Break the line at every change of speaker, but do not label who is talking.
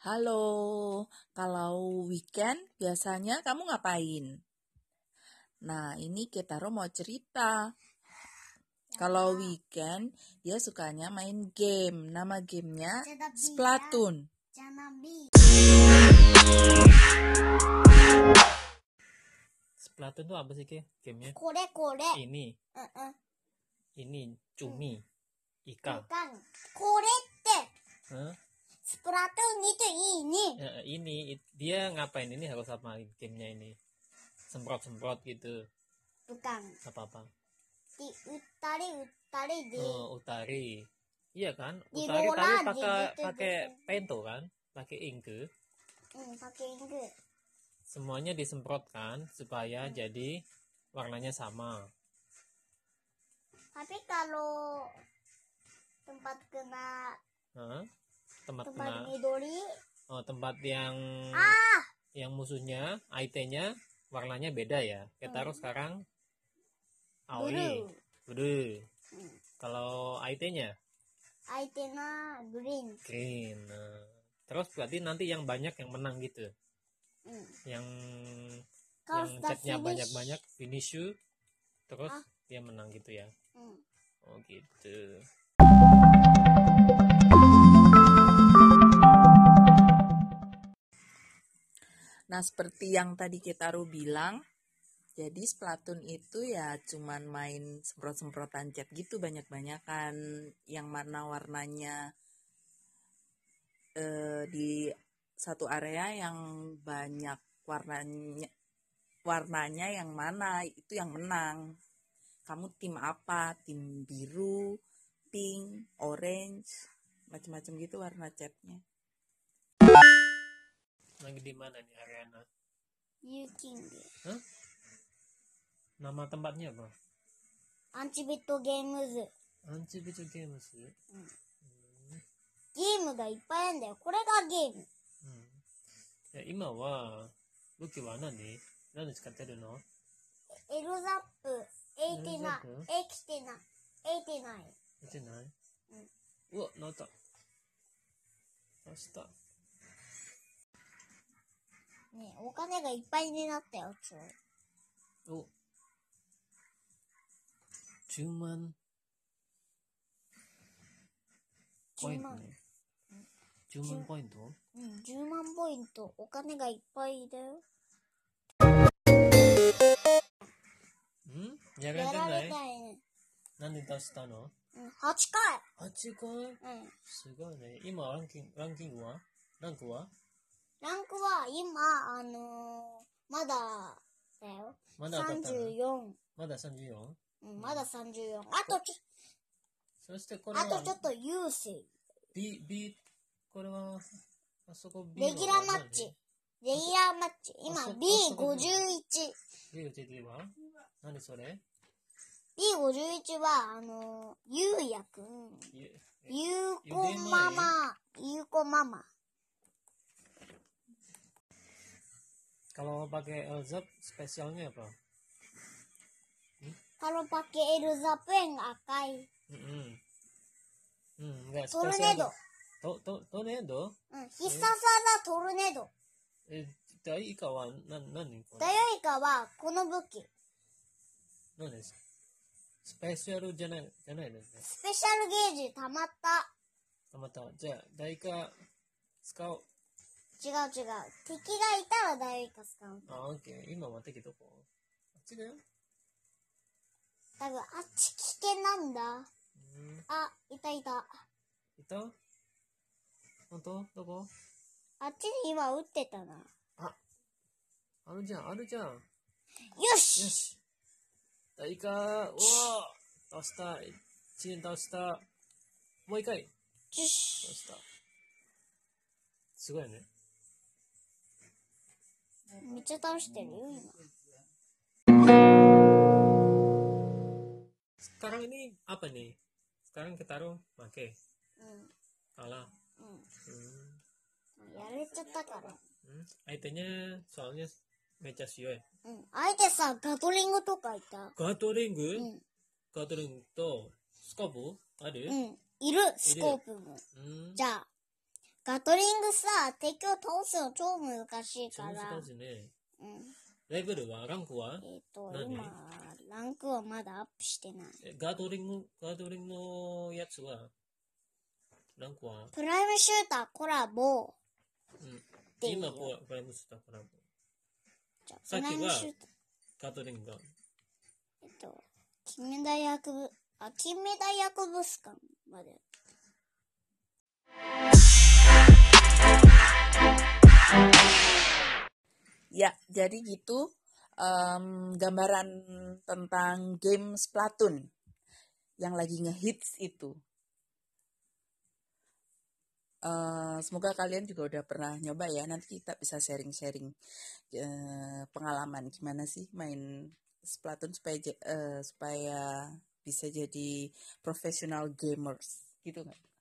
Halo, kalau weekend biasanya kamu ngapain? Nah, ini Ketaro mau cerita. Kalau weekend dia sukanya main game. Nama gamenya
ya?
Splatoon.
Splatoon tuh apa sih ke gamenya
これこれ。
ini
うんうん。
ini cumi
みか
ikan
ん。これって、
Hah?
スプラトゥーン2といいね。
Ya, ini it- dia ngapain ini harus sama gamenya ini semprot semprot gitu
ブカン。で、
apa apa
打ったり打ったりで、
oh, utari iya kan
Iya. Di
utari
roller
tapi
aja
pakai
gitu,
pakai
gitu.
pento kan pakai ink
うん、パッキング。
semuanya disemprotkan supaya
Hmm.
jadi warnanya sama
Tapi kalau tempat kena
Hah? tempat
tempat
kena
midori,
oh, tempat yang
ah,
yang musuhnya IT-nya warnanya beda ya
Hmm.
kita harus sekarang aoi
biru.
Blue.
Hmm.
Kalau IT-nya
Aite na green.
green. Nah, Terus berarti nanti yang banyak yang menang gitu.
Hmm.
Yang
Kalau
yang
sudah
catnya
finish,
banyak-banyak finish you, terus
Ah.
dia menang gitu ya.
Hmm.
Oh gitu.
Nah, seperti yang tadi Ketaro bilang, jadi Splatoon itu ya cuman main semprot-semprotan cat gitu banyak-banyakan yang mana warnanya eh, di satu area yang banyak warnanya warnanya yang mana itu yang menang. Kamu tim apa? Tim biru, pink, orange, macam-macam gitu warna catnya.
Lagi di mana nih Ariana?
you king.
Nama tempatnya apa?
Anti bit games.
Anci Bicu Games ya.
ゲームがいっぱいあるんだよ。これがゲーム。
うんで今は、武器は何何使ってるの
エルザップ、エイテナ、
エルザップ
エキテナ、エイテナイ。
見てない
うん
うわ、なった。明日。
ねえお金がいっぱいになったよ、今日。
Oh. Cuman poin.
10万。
Cuman poin tuh.
うん、10万ポイント。お金がいっぱいだよ。
Hmm? Ya
や
kan
ら
tenai.
れたいね。
Nanti tas tano.
うん、8
Aci kan.
回。うん。
Sugoi ne. Ima ranking ranking wa? Rank wa?
ランクは今、あのー、まだ、だよ。
Mana tatana?
34。
Mada 34.
うん、まだ34。あとちょ、
そしてこれ
あとちょ
は
っと優勢。
B B これはあそこ B
レギュラーマッチ。レギュラーマッチ。今
あそ、あそこ
B51。
B 打ち切りは何それ
B51 は、あのー、ゆうやくん、
ゆ
ゆうこママ、ゆうこママ。
Kalau pakai Elzab spesialnya apa?
Kalau pakai L ザップ円が赤い。
Mm-mm. Hmm, nggak
トルネ
spesial
ード
tuh.。To- to- tornado?
うん、必殺技トルネード。
Eh, dari ikawan, nan, nani?
ダヨイカは、この武器。
Nani? Spesial janai, janai desu ne.
スペシャルゲージ溜まった。
Tamata. Ja, dari ka tsukau.
違う違う。敵がいたらダヨイカ使う。
Ah, oke. Ima wa teki doko? Achi da yo.
多分、あっち危険なんだ。
Hmm,
あ、いたいた。
ito? Honto? Doko?
あっちに今撃ってたな。よ
Ah. Aru jan, aru jan.
し
よし。大か、うお倒した。一年倒した。もう一回。
よし
倒した。すごいね。
めっちゃ倒してるよ、今。
Sekarang ini apa nih? Sekarang kita taruh make.
う
Kalah.
ん。うん。
Hmm.
やれちゃったから。
Hmm. Itemnya soalnya mecha shio ya.
うん。相手さ、ガトリングとかいた。
Gathering?
うん。
Gathering to scope ada?
Hmm. うん。いる、スコープも。
Hmm.
じゃあ、ガトリングさ、敵を倒すの超難しい
超
から。
難しいね。
うん。
レベルは、ランクは
えっ、と、
何
今、ランクはまだアップしてない。
えガードリング、ガードリングのやつは、ランクは、
プライムシューターコラボ。
うん、
ていう
今こう、プライムスターから、
じゃあ
さっ
プ
き
ラ
は
イムシューター。
ガードリングが、
えっと、金目大薬部、あ、金目大薬物館まで。
Ya, jadi gitu em, gambaran tentang game Splatoon yang lagi ngehits itu. Eh, semoga kalian juga udah pernah nyoba ya. Nanti kita bisa sharing-sharing eh, pengalaman gimana sih main Splatoon supaya j- eh, supaya bisa jadi professional gamers gitu nggak?